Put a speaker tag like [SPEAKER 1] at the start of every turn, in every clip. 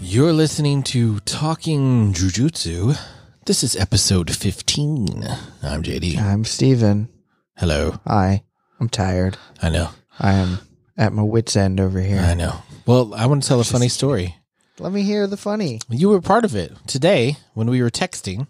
[SPEAKER 1] You're listening to Talking Jujutsu. This is episode 15. I'm JD.
[SPEAKER 2] I'm Steven.
[SPEAKER 1] Hello.
[SPEAKER 2] Hi. I'm tired.
[SPEAKER 1] I know.
[SPEAKER 2] I am at my wits' end over here.
[SPEAKER 1] I know. Well, I want to tell a funny story.
[SPEAKER 2] Let me hear the funny.
[SPEAKER 1] You were part of it. Today, when we were texting,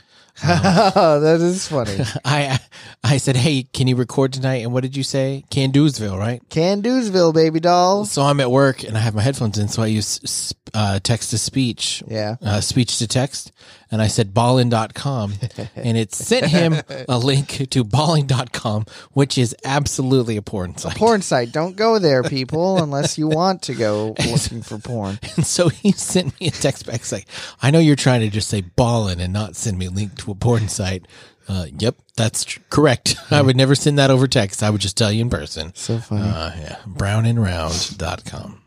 [SPEAKER 2] that is funny.
[SPEAKER 1] I I said, "Hey, can you record tonight?" And what did you say? Can Doosville, right?
[SPEAKER 2] Can Doosville, baby doll.
[SPEAKER 1] So I'm at work and I have my headphones in, so I use s- uh, text to speech,
[SPEAKER 2] Yeah.
[SPEAKER 1] uh, speech to text, and I said ballin.com, and it sent him a link to balling.com, which is absolutely a porn site.
[SPEAKER 2] Porn site. Don't go there, people, unless you want to go looking for porn.
[SPEAKER 1] And so he sent me a text back saying, I know you're trying to just say ballin' and not send me a link to a porn site. Uh, yep, that's tr- correct. I would never send that over text. I would just tell you in person.
[SPEAKER 2] So funny.
[SPEAKER 1] Uh, yeah, brownandround.com.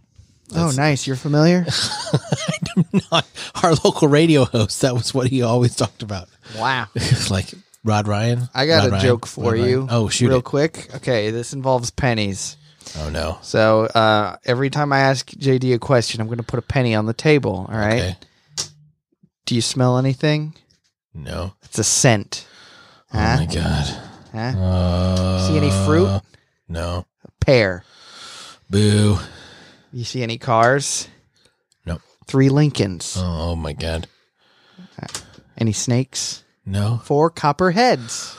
[SPEAKER 2] oh, nice. You're familiar?
[SPEAKER 1] Not our local radio host. That was what he always talked about.
[SPEAKER 2] Wow.
[SPEAKER 1] It's like Rod Ryan.
[SPEAKER 2] I got
[SPEAKER 1] Rod
[SPEAKER 2] a
[SPEAKER 1] Ryan,
[SPEAKER 2] joke for
[SPEAKER 1] Rod Ryan.
[SPEAKER 2] you.
[SPEAKER 1] Oh, shoot.
[SPEAKER 2] Real
[SPEAKER 1] it.
[SPEAKER 2] quick. Okay, this involves pennies.
[SPEAKER 1] Oh, no.
[SPEAKER 2] So uh, every time I ask JD a question, I'm going to put a penny on the table. All right.
[SPEAKER 1] Okay.
[SPEAKER 2] Do you smell anything?
[SPEAKER 1] No.
[SPEAKER 2] It's a scent.
[SPEAKER 1] Oh,
[SPEAKER 2] Huh?
[SPEAKER 1] my God.
[SPEAKER 2] Huh?
[SPEAKER 1] Uh,
[SPEAKER 2] See any fruit?
[SPEAKER 1] No.
[SPEAKER 2] Pear.
[SPEAKER 1] Boo.
[SPEAKER 2] You see any cars?
[SPEAKER 1] Nope.
[SPEAKER 2] Three Lincolns.
[SPEAKER 1] Oh, my God.
[SPEAKER 2] Any snakes?
[SPEAKER 1] No.
[SPEAKER 2] Four copperheads.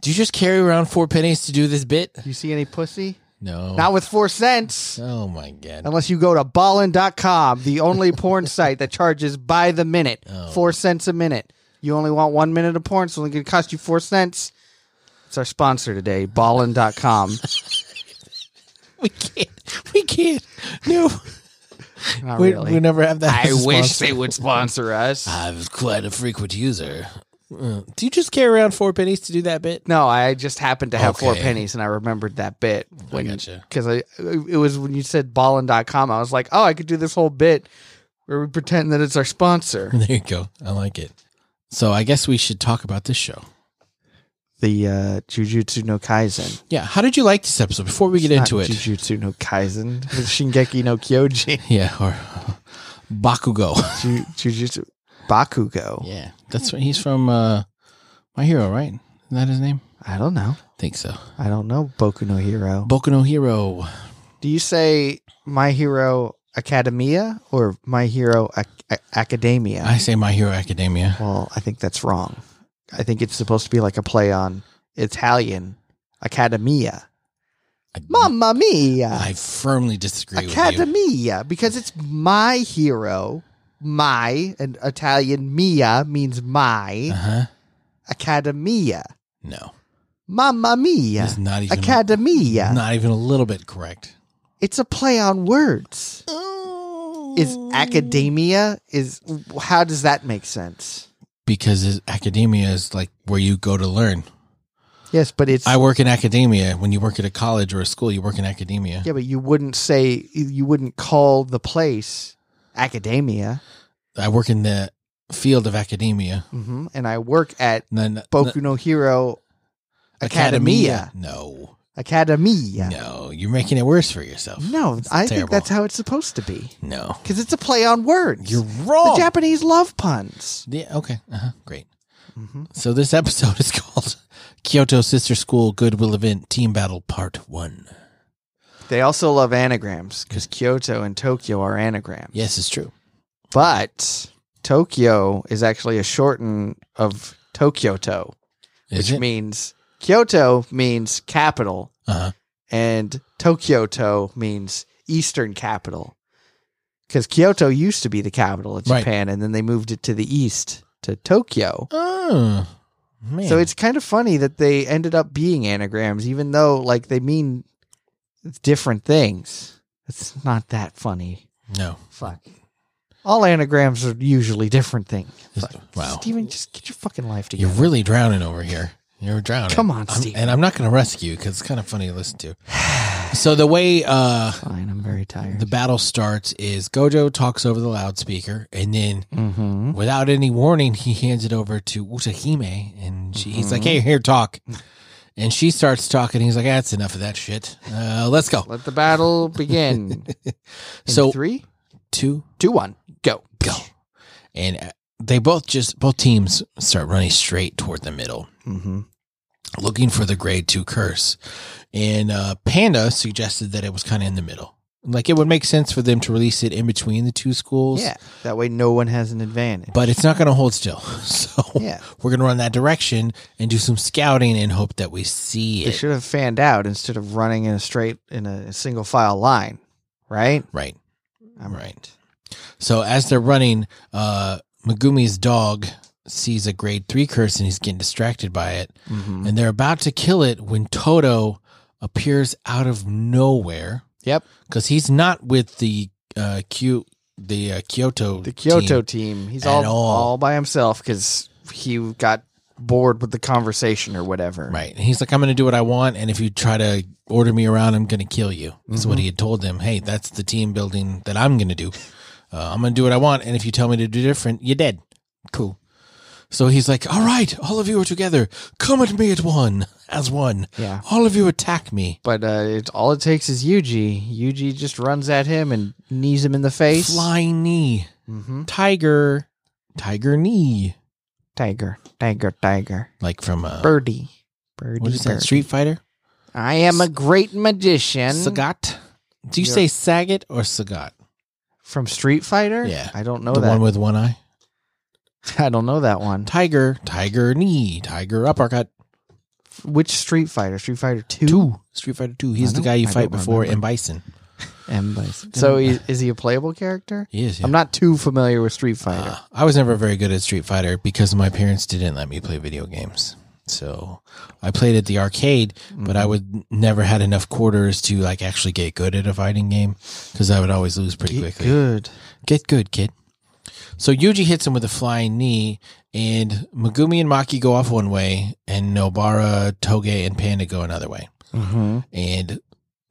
[SPEAKER 1] Do you just carry around four pennies to do this bit?
[SPEAKER 2] You see any pussy?
[SPEAKER 1] No.
[SPEAKER 2] Not with four cents.
[SPEAKER 1] oh my god.
[SPEAKER 2] Unless you go to ballin.com, the only porn site that charges by the minute,
[SPEAKER 1] Oh.
[SPEAKER 2] four cents a minute. You only want one minute of porn, so it's only going to cost you four cents. It's our sponsor today, ballin.com.
[SPEAKER 1] We can't. We can't. No.
[SPEAKER 2] Not
[SPEAKER 1] We,
[SPEAKER 2] really.
[SPEAKER 1] we never have that.
[SPEAKER 2] I
[SPEAKER 1] as a
[SPEAKER 2] wish
[SPEAKER 1] sponsor.
[SPEAKER 2] they would sponsor us.
[SPEAKER 1] I was quite a frequent user. Uh, do you just carry around four pennies to do that bit?
[SPEAKER 2] No, I just happened to have four
[SPEAKER 1] Okay.
[SPEAKER 2] pennies, and I remembered that bit. When,
[SPEAKER 1] gotcha.
[SPEAKER 2] Because I, it was when you said ballin.com, I was like, oh, I could do this whole bit where we pretend that it's our sponsor.
[SPEAKER 1] There you go. I like it. So I guess we should talk about this show.
[SPEAKER 2] the uh, Jujutsu no Kaisen.
[SPEAKER 1] Yeah. How did you like this episode? Before we get into
[SPEAKER 2] Not
[SPEAKER 1] it,
[SPEAKER 2] Jujutsu no Kaisen. It's Shingeki no Kyoji.
[SPEAKER 1] yeah, or Bakugo.
[SPEAKER 2] Ju- Jujutsu Bakugo.
[SPEAKER 1] yeah, that's what he's from. Uh, My hero, right? Isn't that his name?
[SPEAKER 2] I don't know.
[SPEAKER 1] think so.
[SPEAKER 2] I don't know Boku no Hero.
[SPEAKER 1] Boku no Hero.
[SPEAKER 2] Do you say My Hero Academia or My Hero Ac- Ac- Academia?
[SPEAKER 1] I say My Hero Academia.
[SPEAKER 2] Well, I think that's wrong. I think it's supposed to be like a play on Italian Academia.
[SPEAKER 1] I-
[SPEAKER 2] Mamma mia!
[SPEAKER 1] I firmly disagree with you.
[SPEAKER 2] Academia, because it's my hero. My, and Italian mia means
[SPEAKER 1] Uh
[SPEAKER 2] my.
[SPEAKER 1] huh.
[SPEAKER 2] Academia.
[SPEAKER 1] No,
[SPEAKER 2] Mamma mia!
[SPEAKER 1] it's not even
[SPEAKER 2] Academia.
[SPEAKER 1] not even a little bit correct.
[SPEAKER 2] It's a play on words. Is academia is how does that make sense?
[SPEAKER 1] because it's- academia is like where you go to learn.
[SPEAKER 2] Yes, but it's
[SPEAKER 1] I work in academia. When you work at a college or a school, you work in academia.
[SPEAKER 2] Yeah, but you wouldn't say you wouldn't call the place academia.
[SPEAKER 1] I work in the field of academia.
[SPEAKER 2] hmm And I work at
[SPEAKER 1] And then
[SPEAKER 2] Boku no Hero
[SPEAKER 1] academia.
[SPEAKER 2] Academia.
[SPEAKER 1] No,
[SPEAKER 2] Academia.
[SPEAKER 1] no, you're making it worse for yourself.
[SPEAKER 2] No, I think
[SPEAKER 1] terrible.
[SPEAKER 2] that's how it's supposed to be
[SPEAKER 1] No,
[SPEAKER 2] because it's a play on words.
[SPEAKER 1] you're
[SPEAKER 2] the
[SPEAKER 1] wrong.
[SPEAKER 2] Japanese love puns.
[SPEAKER 1] yeah. Okay. Uh huh. Great.
[SPEAKER 2] hmm
[SPEAKER 1] So this episode is called Kyoto Sister School Goodwill Event Team Battle Part One.
[SPEAKER 2] They also love anagrams because Kyoto and Tokyo are anagrams.
[SPEAKER 1] Yes, it's true.
[SPEAKER 2] But Tokyo is actually a shorten of Tokyoto,
[SPEAKER 1] Is
[SPEAKER 2] which
[SPEAKER 1] it?
[SPEAKER 2] means Kyoto means capital
[SPEAKER 1] uh-huh.
[SPEAKER 2] and Tokyoto means Eastern capital. Because Kyoto used to be the capital of
[SPEAKER 1] Right.
[SPEAKER 2] Japan, and then they moved it to the east to Tokyo.
[SPEAKER 1] Oh man.
[SPEAKER 2] So it's kind of funny that they ended up being anagrams, even though like they mean different things. It's not that funny.
[SPEAKER 1] no.
[SPEAKER 2] Fuck. All anagrams are usually different things.
[SPEAKER 1] It's-
[SPEAKER 2] Fuck.
[SPEAKER 1] wow.
[SPEAKER 2] Steven, just get your fucking life
[SPEAKER 1] You're
[SPEAKER 2] together.
[SPEAKER 1] really drowning over here. You're drowning.
[SPEAKER 2] Come on,
[SPEAKER 1] I'm-
[SPEAKER 2] Steve.
[SPEAKER 1] and I'm not going to rescue you because it's kind of funny to listen to. So the way uh,
[SPEAKER 2] Fine, I'm very tired.
[SPEAKER 1] the battle starts is Gojo talks over the loudspeaker, and then
[SPEAKER 2] mm-hmm.
[SPEAKER 1] without any warning, he hands it over to Utahime, and she, he's like, "Hey, here, talk."
[SPEAKER 2] Hmm.
[SPEAKER 1] And she starts talking. He's like, "Ah, "That's enough of that shit. Uh, let's go."
[SPEAKER 2] Let the battle begin. In
[SPEAKER 1] So-
[SPEAKER 2] three,
[SPEAKER 1] two,
[SPEAKER 2] Two one. Go.
[SPEAKER 1] go. And uh, they both just, both teams start running straight toward the middle,
[SPEAKER 2] Mm-hmm.
[SPEAKER 1] looking for the grade two curse. And uh, Panda suggested that it was kind of in the middle. Like it would make sense for them to release it in between the two schools.
[SPEAKER 2] Yeah. That way, no one has an advantage.
[SPEAKER 1] But it's not going to hold still. So
[SPEAKER 2] yeah,
[SPEAKER 1] we're going to run that direction and do some scouting and hope that we see
[SPEAKER 2] they
[SPEAKER 1] it.
[SPEAKER 2] should have fanned out instead of running in a straight in a single file line. Right.
[SPEAKER 1] Right.
[SPEAKER 2] I'm
[SPEAKER 1] Right. So as they're running, uh, Megumi's dog sees a grade three curse and he's getting distracted by it.
[SPEAKER 2] Mm-hmm.
[SPEAKER 1] And they're about to kill it when Toto appears out of nowhere
[SPEAKER 2] Yep.
[SPEAKER 1] because he's not with the uh, Q, the uh, Kyoto,
[SPEAKER 2] The
[SPEAKER 1] team.
[SPEAKER 2] Kyoto team. He's
[SPEAKER 1] At
[SPEAKER 2] all, all
[SPEAKER 1] all.
[SPEAKER 2] by himself because he got bored with the conversation or whatever.
[SPEAKER 1] Right. And he's like, I'm going to do what I want. And if you try to order me around, I'm going to kill you. Is what he had told them. Hey, that's the team building that I'm going to do. Uh, I'm going to do what I want. And if you tell me to do different, you're dead. Cool. So he's like, All right, all of you are together. Come at me at one, as one.
[SPEAKER 2] Yeah.
[SPEAKER 1] All of you attack me.
[SPEAKER 2] But uh, it, all it takes is Yuji. Yuji just runs at him and knees him in the face.
[SPEAKER 1] Flying knee.
[SPEAKER 2] hmm
[SPEAKER 1] Tiger. Tiger knee.
[SPEAKER 2] Tiger, tiger, tiger.
[SPEAKER 1] Like from uh,
[SPEAKER 2] Birdie. Birdie.
[SPEAKER 1] what is that?
[SPEAKER 2] birdie.
[SPEAKER 1] Street Fighter?
[SPEAKER 2] I am a great magician.
[SPEAKER 1] Sagat. Do you say
[SPEAKER 2] You're-
[SPEAKER 1] Sagat or Sagat?
[SPEAKER 2] From Street Fighter?
[SPEAKER 1] Yeah.
[SPEAKER 2] I don't know
[SPEAKER 1] the
[SPEAKER 2] that.
[SPEAKER 1] one with one eye?
[SPEAKER 2] I don't know that one.
[SPEAKER 1] Tiger, Tiger knee, Tiger uppercut.
[SPEAKER 2] Which Street Fighter? Street Fighter 2?
[SPEAKER 1] Two. Street Fighter Two. He's
[SPEAKER 2] I
[SPEAKER 1] the
[SPEAKER 2] don't-
[SPEAKER 1] guy you
[SPEAKER 2] I
[SPEAKER 1] fight
[SPEAKER 2] don't
[SPEAKER 1] before
[SPEAKER 2] remember.
[SPEAKER 1] in Bison.
[SPEAKER 2] M. Bison. So he, is he a playable character?
[SPEAKER 1] He is. Yeah.
[SPEAKER 2] I'm not too familiar with Street Fighter.
[SPEAKER 1] Uh, I was never very good at Street Fighter because my parents didn't let me play video games. So I played at the arcade, but I would never had enough quarters to like actually get good at a fighting game because I would always lose pretty
[SPEAKER 2] Get
[SPEAKER 1] quickly.
[SPEAKER 2] good.
[SPEAKER 1] Get good, kid. So Yuji hits him with a flying knee, and Megumi and Maki go off one way, and Nobara, Toge, and Panda go another way.
[SPEAKER 2] Mm-hmm.
[SPEAKER 1] And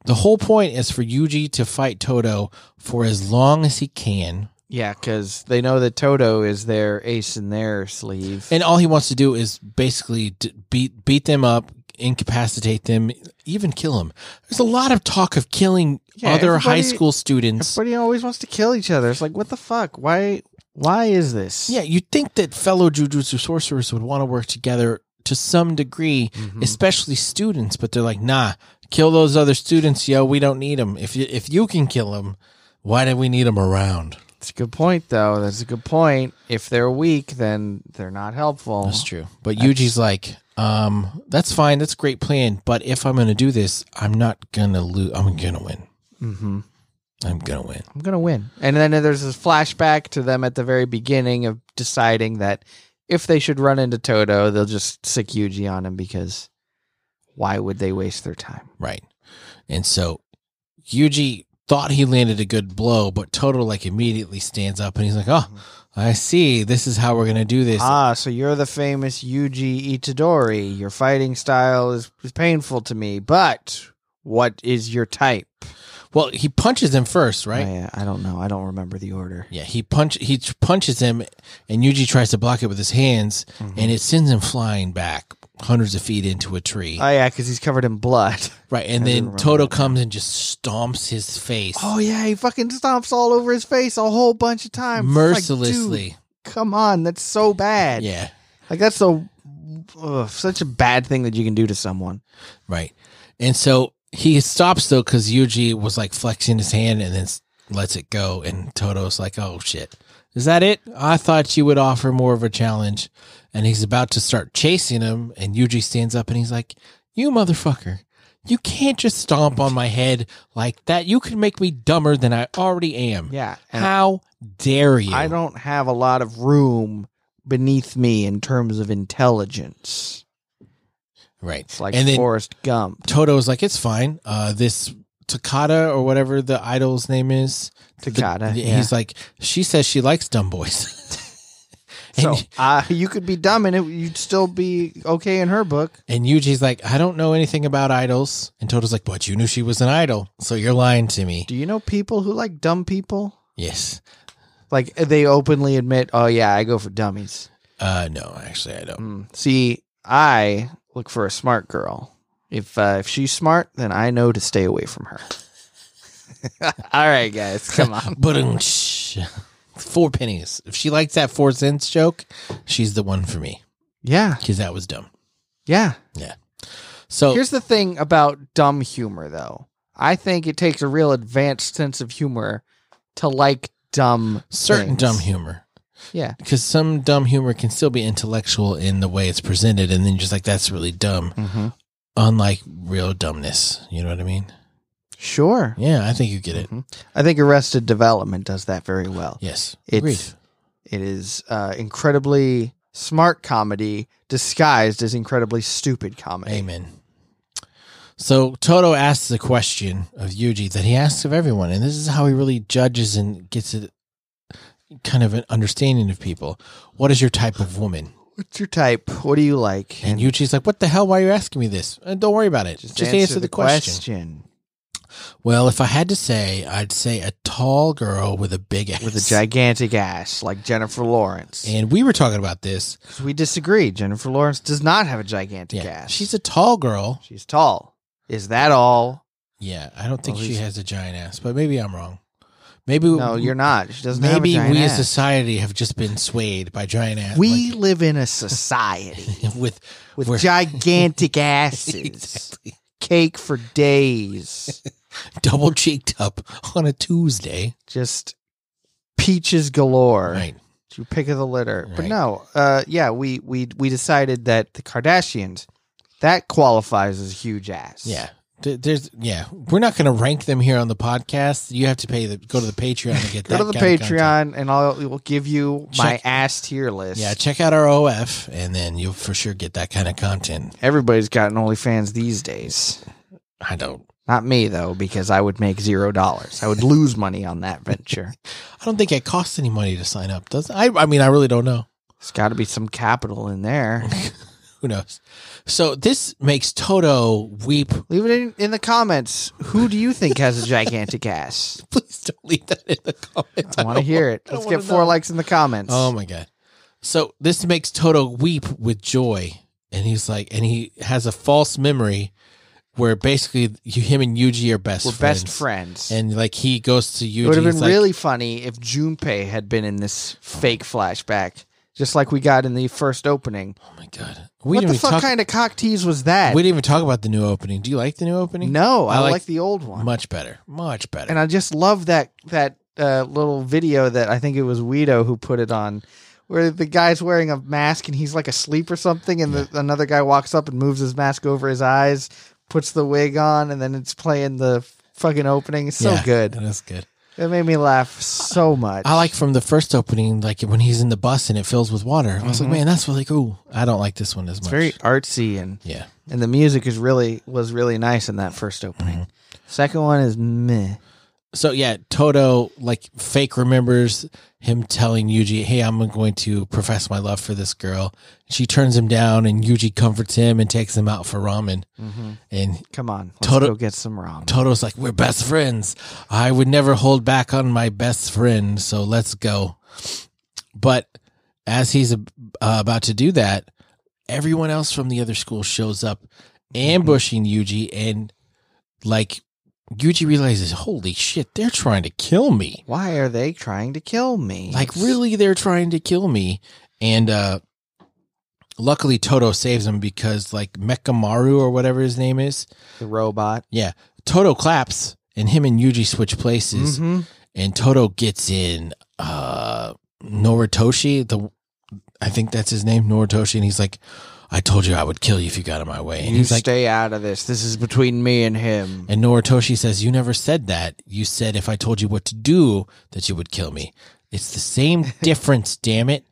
[SPEAKER 1] the whole point is for Yuji to fight Toto for as long as he can.
[SPEAKER 2] Yeah, because they know that Toto is their ace in their sleeve.
[SPEAKER 1] And all he wants to do is basically d- beat beat them up, incapacitate them, even kill them. There's a lot of talk of killing
[SPEAKER 2] Yeah,
[SPEAKER 1] other high
[SPEAKER 2] everybody-
[SPEAKER 1] school students.
[SPEAKER 2] Everybody always wants to kill each other. It's like, what the fuck? Why? Why is this?
[SPEAKER 1] Yeah, you'd think that fellow Jujutsu sorcerers would want to work together to some degree,
[SPEAKER 2] Mm-hmm.
[SPEAKER 1] especially students, but they're like, nah, kill those other students, yo. We don't need them. If you, if you can kill them, why do we need them around?
[SPEAKER 2] It's a good point, though. That's a good point. If they're weak, then they're not helpful.
[SPEAKER 1] That's true. But Yuji's like, um, that's fine. That's a great plan. But if I'm going to do this, I'm not going to lose. I'm going to win.
[SPEAKER 2] Mm-hmm.
[SPEAKER 1] I'm going to win.
[SPEAKER 2] I'm gonna win. And then there's this flashback to them at the very beginning of deciding that if they should run into Toto, they'll just sick Yuji on him because why would they waste their time?
[SPEAKER 1] Right. And so Yuji thought he landed a good blow, but Toto like immediately stands up and he's like, oh, I see. This is how we're going to do this.
[SPEAKER 2] Ah, so you're the famous Yuji Itadori. Your fighting style is, is painful to me, but what is your type?
[SPEAKER 1] well, he punches him first, right?
[SPEAKER 2] I, uh, I don't know. I don't remember the order.
[SPEAKER 1] Yeah, he punch he ch- punches him, and Yuji tries to block it with his hands, and it sends him flying back hundreds of feet into a tree.
[SPEAKER 2] Oh yeah, because he's covered in blood.
[SPEAKER 1] Right, and
[SPEAKER 2] I do
[SPEAKER 1] then
[SPEAKER 2] remember
[SPEAKER 1] Toto
[SPEAKER 2] that
[SPEAKER 1] comes and just stomps his face
[SPEAKER 2] Oh yeah, he fucking stomps all over his face a whole bunch of times. It's like, dude,
[SPEAKER 1] mercilessly.
[SPEAKER 2] come on, that's so bad.
[SPEAKER 1] yeah,
[SPEAKER 2] Like that's so ugh, such a bad thing that you can do to someone.
[SPEAKER 1] right. And so he stops though because Yuji was like flexing his hand and then s- lets it go, and Toto's like, "Oh shit, is that it? I thought you would offer more of a challenge." And he's about to start chasing him, and Yuji stands up and he's like, "You motherfucker." You can't just stomp on my head like that. You can make me dumber than I already am.
[SPEAKER 2] Yeah. And
[SPEAKER 1] How dare you?
[SPEAKER 2] I don't have a lot of room beneath me in terms of intelligence.
[SPEAKER 1] Right.
[SPEAKER 2] It's like
[SPEAKER 1] and then
[SPEAKER 2] Forrest Gump.
[SPEAKER 1] Toto was like, it's fine. Uh, this Takata or whatever the idol's name is, the-
[SPEAKER 2] Takata,
[SPEAKER 1] He's
[SPEAKER 2] uh, yeah.
[SPEAKER 1] like, she says she likes dumb boys.
[SPEAKER 2] So
[SPEAKER 1] and,
[SPEAKER 2] uh, you could be dumb and it, you'd still be okay in her book.
[SPEAKER 1] and Yuji's like, I don't know anything about idols. And Toto's like, but you knew she was an idol, so you're lying to me.
[SPEAKER 2] Do you know people who like dumb people?
[SPEAKER 1] yes.
[SPEAKER 2] Like they openly admit, "Oh yeah, I go for dummies."
[SPEAKER 1] Uh, no, actually, I don't.
[SPEAKER 2] Mm. See, I look for a smart girl. If uh, if she's smart, then I know to stay away from her. All right, guys, come on.
[SPEAKER 1] But sh- four pennies. If she likes that four cents joke, she's the one for me
[SPEAKER 2] Yeah.
[SPEAKER 1] because that was dumb.
[SPEAKER 2] Yeah.
[SPEAKER 1] So
[SPEAKER 2] Oh. Here's the thing about dumb humor, though. I think it takes a real advanced sense of humor to like dumb,
[SPEAKER 1] certain
[SPEAKER 2] things.
[SPEAKER 1] dumb humor
[SPEAKER 2] Yeah.
[SPEAKER 1] because some dumb humor can still be intellectual in the way it's presented, and then you're just like that's really dumb.
[SPEAKER 2] Mm-hmm.
[SPEAKER 1] Unlike real dumbness, you know what I mean?
[SPEAKER 2] Sure. Mm-hmm.
[SPEAKER 1] Yeah, I think you get it.
[SPEAKER 2] I think Arrested Development does that very well.
[SPEAKER 1] Yes, agreed.
[SPEAKER 2] It's it is uh, incredibly smart comedy disguised as incredibly stupid comedy.
[SPEAKER 1] Amen. So Toto asks the question of Yuji that he asks of everyone, and this is how he really judges and gets it kind of an understanding of people. What is your type of woman?
[SPEAKER 2] What's your type? What do you like?
[SPEAKER 1] And Yuji's like, "What the hell? Why are you asking me this? And don't worry about it. Just, answer, the, question. Well, if I had to say, I'd say a tall girl with a big ass.
[SPEAKER 2] with a gigantic ass like Jennifer Lawrence.
[SPEAKER 1] And we were talking about this.
[SPEAKER 2] 'Cause we disagree. Jennifer Lawrence does not have a gigantic
[SPEAKER 1] Yeah,
[SPEAKER 2] ass.
[SPEAKER 1] she's a tall girl.
[SPEAKER 2] she's tall. Is that all?
[SPEAKER 1] Yeah, I don't think
[SPEAKER 2] Well,
[SPEAKER 1] she
[SPEAKER 2] he's-
[SPEAKER 1] has a giant ass, but maybe I'm wrong. Maybe
[SPEAKER 2] No, you're not. She doesn't have a
[SPEAKER 1] Maybe
[SPEAKER 2] giant
[SPEAKER 1] we as
[SPEAKER 2] ass.
[SPEAKER 1] society have just been swayed by giant ass.
[SPEAKER 2] we live in a society
[SPEAKER 1] like, with
[SPEAKER 2] with
[SPEAKER 1] we're-
[SPEAKER 2] gigantic asses.
[SPEAKER 1] Exactly.
[SPEAKER 2] Cake for days.
[SPEAKER 1] double cheeked up on a Tuesday.
[SPEAKER 2] Just peaches galore.
[SPEAKER 1] Right.
[SPEAKER 2] Your pick of the litter. But
[SPEAKER 1] Right.
[SPEAKER 2] no, uh, yeah, we, we we decided that the Kardashians that qualifies as a huge ass.
[SPEAKER 1] Yeah. Th- There's yeah. We're not going to rank them here on the podcast. You have to pay the go to the Patreon to get that.
[SPEAKER 2] Go to the
[SPEAKER 1] kind of content.
[SPEAKER 2] Patreon and I'll we'll give you my
[SPEAKER 1] Check-
[SPEAKER 2] ass tier list.
[SPEAKER 1] Yeah, check out our OF, and then you'll for sure get that kind of content.
[SPEAKER 2] Everybody's got an OnlyFans these days.
[SPEAKER 1] I don't.
[SPEAKER 2] Not me though, because I would make zero dollars. I would lose money on that venture.
[SPEAKER 1] I don't think it costs any money to sign up. Does I? I mean, I really don't know.
[SPEAKER 2] There's got to be some capital in there.
[SPEAKER 1] Who knows? So this makes Toto weep.
[SPEAKER 2] Leave it in, in the comments. Who do you think has a gigantic ass?
[SPEAKER 1] Please don't leave that in the comments.
[SPEAKER 2] I want to hear it.
[SPEAKER 1] I don't
[SPEAKER 2] Let's get
[SPEAKER 1] wanna
[SPEAKER 2] four
[SPEAKER 1] know.
[SPEAKER 2] likes in the comments.
[SPEAKER 1] Oh my god. So this makes Toto weep with joy and he's like and he has a false memory where basically you, him and Yuji are best
[SPEAKER 2] We're
[SPEAKER 1] friends.
[SPEAKER 2] best friends.
[SPEAKER 1] And like he goes to Yuji
[SPEAKER 2] it would have been
[SPEAKER 1] he's like,
[SPEAKER 2] really funny if Junpei had been in this fake flashback, just like we got in the first opening.
[SPEAKER 1] Oh my god. We
[SPEAKER 2] what
[SPEAKER 1] didn't
[SPEAKER 2] the
[SPEAKER 1] even
[SPEAKER 2] fuck
[SPEAKER 1] talk
[SPEAKER 2] kind of cock tease was that?
[SPEAKER 1] We didn't even talk about the new opening. Do you like the new opening?
[SPEAKER 2] no, I,
[SPEAKER 1] I like-
[SPEAKER 2] like, the old one,
[SPEAKER 1] Much better. Much better.
[SPEAKER 2] and I just love that that uh, little video that I think it was Guido who put it on. Where the guy's wearing a mask and he's like asleep or something, and the, another guy walks up and moves his mask over his eyes, puts the wig on, and then it's playing the fucking opening. It's so
[SPEAKER 1] Yeah,
[SPEAKER 2] good.
[SPEAKER 1] That's good.
[SPEAKER 2] It made me laugh so much.
[SPEAKER 1] I like from the first opening, like when he's in the bus and it fills with water. I was
[SPEAKER 2] Mhm.
[SPEAKER 1] like, man, that's really cool. I don't like this one as
[SPEAKER 2] It's
[SPEAKER 1] much.
[SPEAKER 2] very artsy and
[SPEAKER 1] yeah.
[SPEAKER 2] and the music is really was really nice in that first
[SPEAKER 1] Mm-hmm.
[SPEAKER 2] opening. Second one is meh.
[SPEAKER 1] So yeah, Toto like fake remembers him telling Yuji, "Hey, I'm going to profess my love for this girl." She turns him down, and Yuji comforts him and takes him out for ramen. And
[SPEAKER 2] Come on, let's
[SPEAKER 1] Toto-
[SPEAKER 2] go get some ramen.
[SPEAKER 1] Toto's like, "We're best friends. I would never hold back on my best friend, so let's go." But as he's uh, about to do that, everyone else from the other school shows up, ambushing Yuji, and like Yuji realizes, "Holy shit, they're trying to kill me."
[SPEAKER 2] Why are they trying to kill me?
[SPEAKER 1] like really they're trying to kill me and uh luckily toto saves him because like mekamaru or whatever his name is
[SPEAKER 2] the robot.
[SPEAKER 1] yeah toto claps and him and yuji switch places
[SPEAKER 2] hmm
[SPEAKER 1] and toto gets in uh noritoshi the i think that's his name noritoshi and he's like i told you i would kill you if you got in my way and
[SPEAKER 2] You
[SPEAKER 1] he's like
[SPEAKER 2] stay out of this. This is between me and him.
[SPEAKER 1] and Noritoshi says, You never said that. You said if I told you what to do, that you would kill me. It's the same difference, damn it.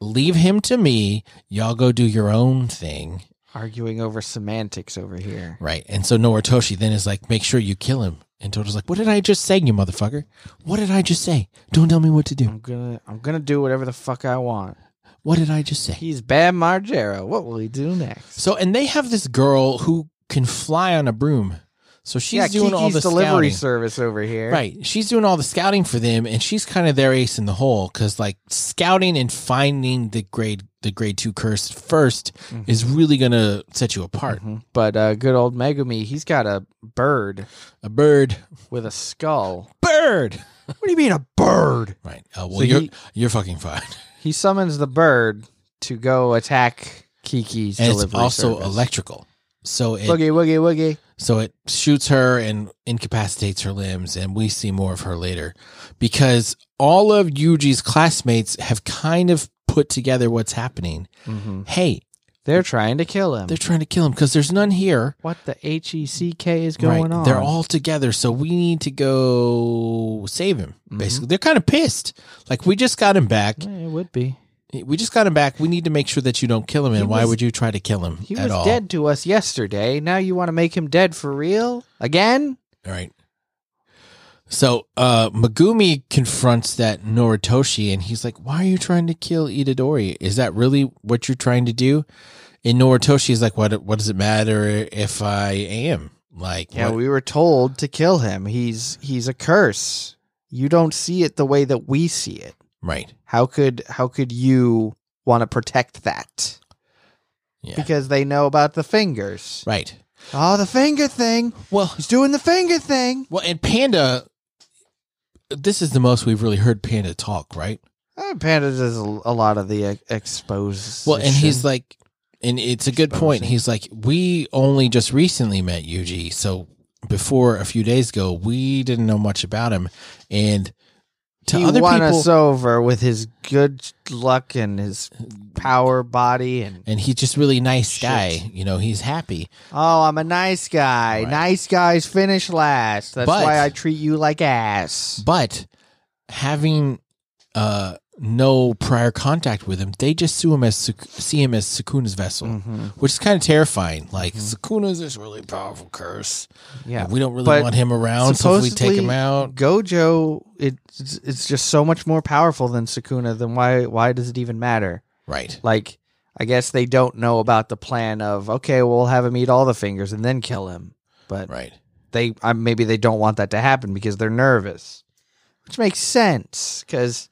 [SPEAKER 1] Leave him to me. Y'all go do your own thing.
[SPEAKER 2] Arguing over semantics over here.
[SPEAKER 1] Right. And so Noritoshi then is like, Make sure you kill him. And Toto's like, What did I just say, you motherfucker? What did I just say? Don't tell me what to do.
[SPEAKER 2] I'm gonna I'm gonna do whatever the fuck I want.
[SPEAKER 1] What did I just say?
[SPEAKER 2] He's Bad Margera. What will he do next?
[SPEAKER 1] So, and they have this girl who can fly on a broom. So she's
[SPEAKER 2] yeah,
[SPEAKER 1] doing
[SPEAKER 2] Kiki's
[SPEAKER 1] all the scouting.
[SPEAKER 2] delivery service over here.
[SPEAKER 1] Right. She's doing all the scouting for them and she's kind of their ace in the hole cuz like scouting and finding the grade the grade 2 curse 1st
[SPEAKER 2] Mhm.
[SPEAKER 1] is really going to set you apart.
[SPEAKER 2] Mhm. But uh, good old Megumi, he's got a bird
[SPEAKER 1] A bird.
[SPEAKER 2] with a skull.
[SPEAKER 1] Bird.
[SPEAKER 2] What do you mean a bird?
[SPEAKER 1] Right. Uh, well,
[SPEAKER 2] So
[SPEAKER 1] you're
[SPEAKER 2] he-
[SPEAKER 1] you're fucking fine.
[SPEAKER 2] He summons the bird to go attack Kiki's
[SPEAKER 1] And it's
[SPEAKER 2] delivery
[SPEAKER 1] also
[SPEAKER 2] service.
[SPEAKER 1] electrical, so it
[SPEAKER 2] Woogie woogie woogie.
[SPEAKER 1] so it shoots her and incapacitates her limbs, and we see more of her later because all of Yuji's classmates have kind of put together what's happening.
[SPEAKER 2] Mm-hmm.
[SPEAKER 1] Hey,
[SPEAKER 2] They're trying to kill him.
[SPEAKER 1] they're trying to kill him because there's none here.
[SPEAKER 2] what the H E C K is going on?
[SPEAKER 1] They're all together, so we need to go save him.
[SPEAKER 2] Mhm.
[SPEAKER 1] Basically, they're kind of pissed. Like we just got him back.
[SPEAKER 2] Yeah, it would be.
[SPEAKER 1] We just got him back. We need to make sure that you don't kill him. And
[SPEAKER 2] He
[SPEAKER 1] why
[SPEAKER 2] was-
[SPEAKER 1] would you try to kill him
[SPEAKER 2] He
[SPEAKER 1] at
[SPEAKER 2] was
[SPEAKER 1] all?
[SPEAKER 2] dead to us yesterday. Now you want to make him dead for real again?
[SPEAKER 1] All right. So uh, Megumi confronts that Noritoshi, and he's like, "Why are you trying to kill Itadori? Is that really what you're trying to do?" And Noritoshi is like, "What? What does it matter if I am like?
[SPEAKER 2] Yeah,
[SPEAKER 1] what-
[SPEAKER 2] we were told to kill him. He's he's a curse. You don't see it the way that we see it.
[SPEAKER 1] right?
[SPEAKER 2] How could how could you want to protect that?
[SPEAKER 1] Yeah,
[SPEAKER 2] Because they know about the fingers.
[SPEAKER 1] right.
[SPEAKER 2] Oh, the finger thing.
[SPEAKER 1] Well,
[SPEAKER 2] He's doing the finger thing.
[SPEAKER 1] well, and Panda. This is the most we've really heard Panda talk, right?
[SPEAKER 2] Uh, Panda does a, a lot of the e, ex- expose.
[SPEAKER 1] Well, and he's like, and it's a good point.
[SPEAKER 2] Exposing.
[SPEAKER 1] He's like, we only just recently met Yuji. So before a few days ago, we didn't know much about him. And to
[SPEAKER 2] he
[SPEAKER 1] other
[SPEAKER 2] won
[SPEAKER 1] people,
[SPEAKER 2] us over with his good luck and his power body and
[SPEAKER 1] and he's just really nice
[SPEAKER 2] Shit.
[SPEAKER 1] guy. You know, he's happy.
[SPEAKER 2] oh, I'm a nice guy.
[SPEAKER 1] Right.
[SPEAKER 2] Nice guys finish last. That's
[SPEAKER 1] But-
[SPEAKER 2] why I treat you like ass.
[SPEAKER 1] But having uh, no prior contact with him, they just sue him as Suk- see him as Sukuna's vessel.
[SPEAKER 2] Mhm.
[SPEAKER 1] Which is kind of terrifying. Like
[SPEAKER 2] Mhm.
[SPEAKER 1] Sukuna's this really powerful curse.
[SPEAKER 2] Yeah.
[SPEAKER 1] and we don't really
[SPEAKER 2] But
[SPEAKER 1] want him around. So if we take
[SPEAKER 2] supposedly-
[SPEAKER 1] him out,
[SPEAKER 2] Gojo, it's it's just so much more powerful than Sukuna. Then why why does it even matter?
[SPEAKER 1] right?
[SPEAKER 2] Like, I guess they don't know about the plan of okay, we'll have him eat all the fingers and then kill him. But
[SPEAKER 1] Right.
[SPEAKER 2] they uh, maybe they don't want that to happen because they're nervous, which makes sense. Because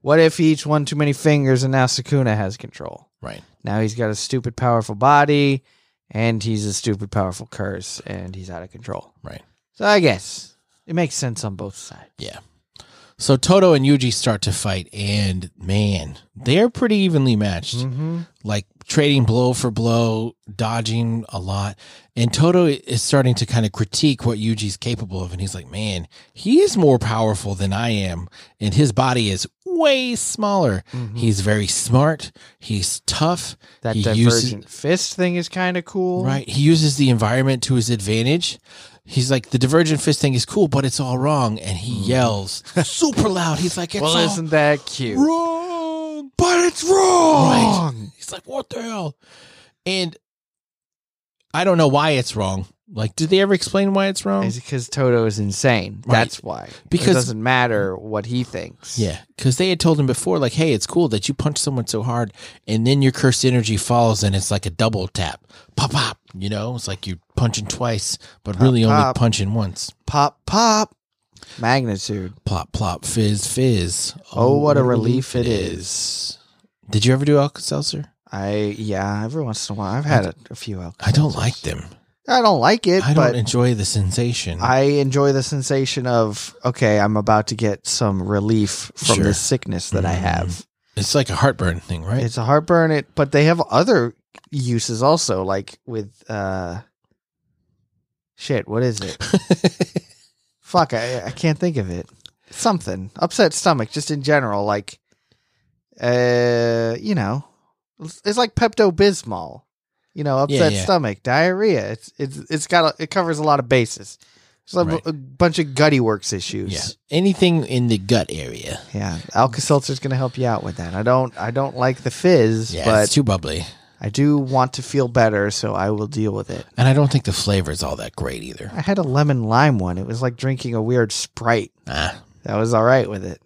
[SPEAKER 2] what if he eats one too many fingers and now Sukuna has control?
[SPEAKER 1] Right.
[SPEAKER 2] Now he's got a stupid powerful body, and he's a stupid powerful curse, and he's out of control.
[SPEAKER 1] Right.
[SPEAKER 2] So I guess it makes sense on both sides.
[SPEAKER 1] Yeah. So Toto and Yuji start to fight, and man, they're pretty evenly matched.
[SPEAKER 2] Mm-hmm.
[SPEAKER 1] Like trading blow for blow, dodging a lot. And Toto is starting to kind of critique what Yuji's capable of. And he's like, man, he is more powerful than I am. And his body is way smaller.
[SPEAKER 2] Mm-hmm.
[SPEAKER 1] He's very smart. He's tough.
[SPEAKER 2] That
[SPEAKER 1] he
[SPEAKER 2] divergent
[SPEAKER 1] uses-
[SPEAKER 2] fist thing is kind of cool,
[SPEAKER 1] Right. He uses the environment to his advantage. He's like, the divergent fist thing is cool, but it's all wrong. And he yells super loud. He's like, it's
[SPEAKER 2] Mm-hmm. Well,
[SPEAKER 1] all
[SPEAKER 2] isn't that cute?
[SPEAKER 1] wrong.
[SPEAKER 2] But it's wrong.
[SPEAKER 1] He's like, what the hell? And I don't know why it's wrong. Like, did they ever explain why it's wrong?
[SPEAKER 2] It's because Toto is insane.
[SPEAKER 1] Right.
[SPEAKER 2] That's why.
[SPEAKER 1] Because-
[SPEAKER 2] it doesn't matter what he thinks.
[SPEAKER 1] Yeah, because they had told him before, like, hey, it's cool that you punch someone so hard, and then your cursed energy falls, and it's like a double tap, pop pop. You know, it's like you're punching twice, but really only
[SPEAKER 2] pop.
[SPEAKER 1] punching once.
[SPEAKER 2] Pop, pop. Magnitude.
[SPEAKER 1] plop plop fizz fizz.
[SPEAKER 2] Oh, what a relief it
[SPEAKER 1] is. Did you ever do Alka Seltzer?
[SPEAKER 2] I yeah. Every once in a while, I've had a, a few alcohol.
[SPEAKER 1] I don't like them.
[SPEAKER 2] I don't like it,
[SPEAKER 1] I
[SPEAKER 2] but
[SPEAKER 1] don't enjoy the sensation.
[SPEAKER 2] I enjoy the sensation of okay, I'm about to get some relief from
[SPEAKER 1] Sure.
[SPEAKER 2] this sickness that I have.
[SPEAKER 1] it's like a heartburn thing, right?
[SPEAKER 2] It's a heartburn. It, but they have other uses also, like with uh, shit. What is it? Fuck, I, I can't think of it. Something upset stomach, just in general, like uh, you know, it's, it's like Pepto Bismol. You know,
[SPEAKER 1] Yeah,
[SPEAKER 2] upset
[SPEAKER 1] yeah.
[SPEAKER 2] stomach, diarrhea. It's it's it's got a, it covers a lot of bases. It's like
[SPEAKER 1] Right.
[SPEAKER 2] a bunch of Gutty Works
[SPEAKER 1] yeah.
[SPEAKER 2] issues.
[SPEAKER 1] Anything in the gut area.
[SPEAKER 2] Yeah, Alka Seltzer's going to help you out with that. I don't I don't like the fizz,
[SPEAKER 1] Yeah,
[SPEAKER 2] but
[SPEAKER 1] it's too bubbly.
[SPEAKER 2] I do want to feel better, so I will deal with it.
[SPEAKER 1] And I don't think the flavor is all that great either.
[SPEAKER 2] I had a lemon lime one. It was like drinking a weird Sprite.
[SPEAKER 1] Ah.
[SPEAKER 2] That was all right with it.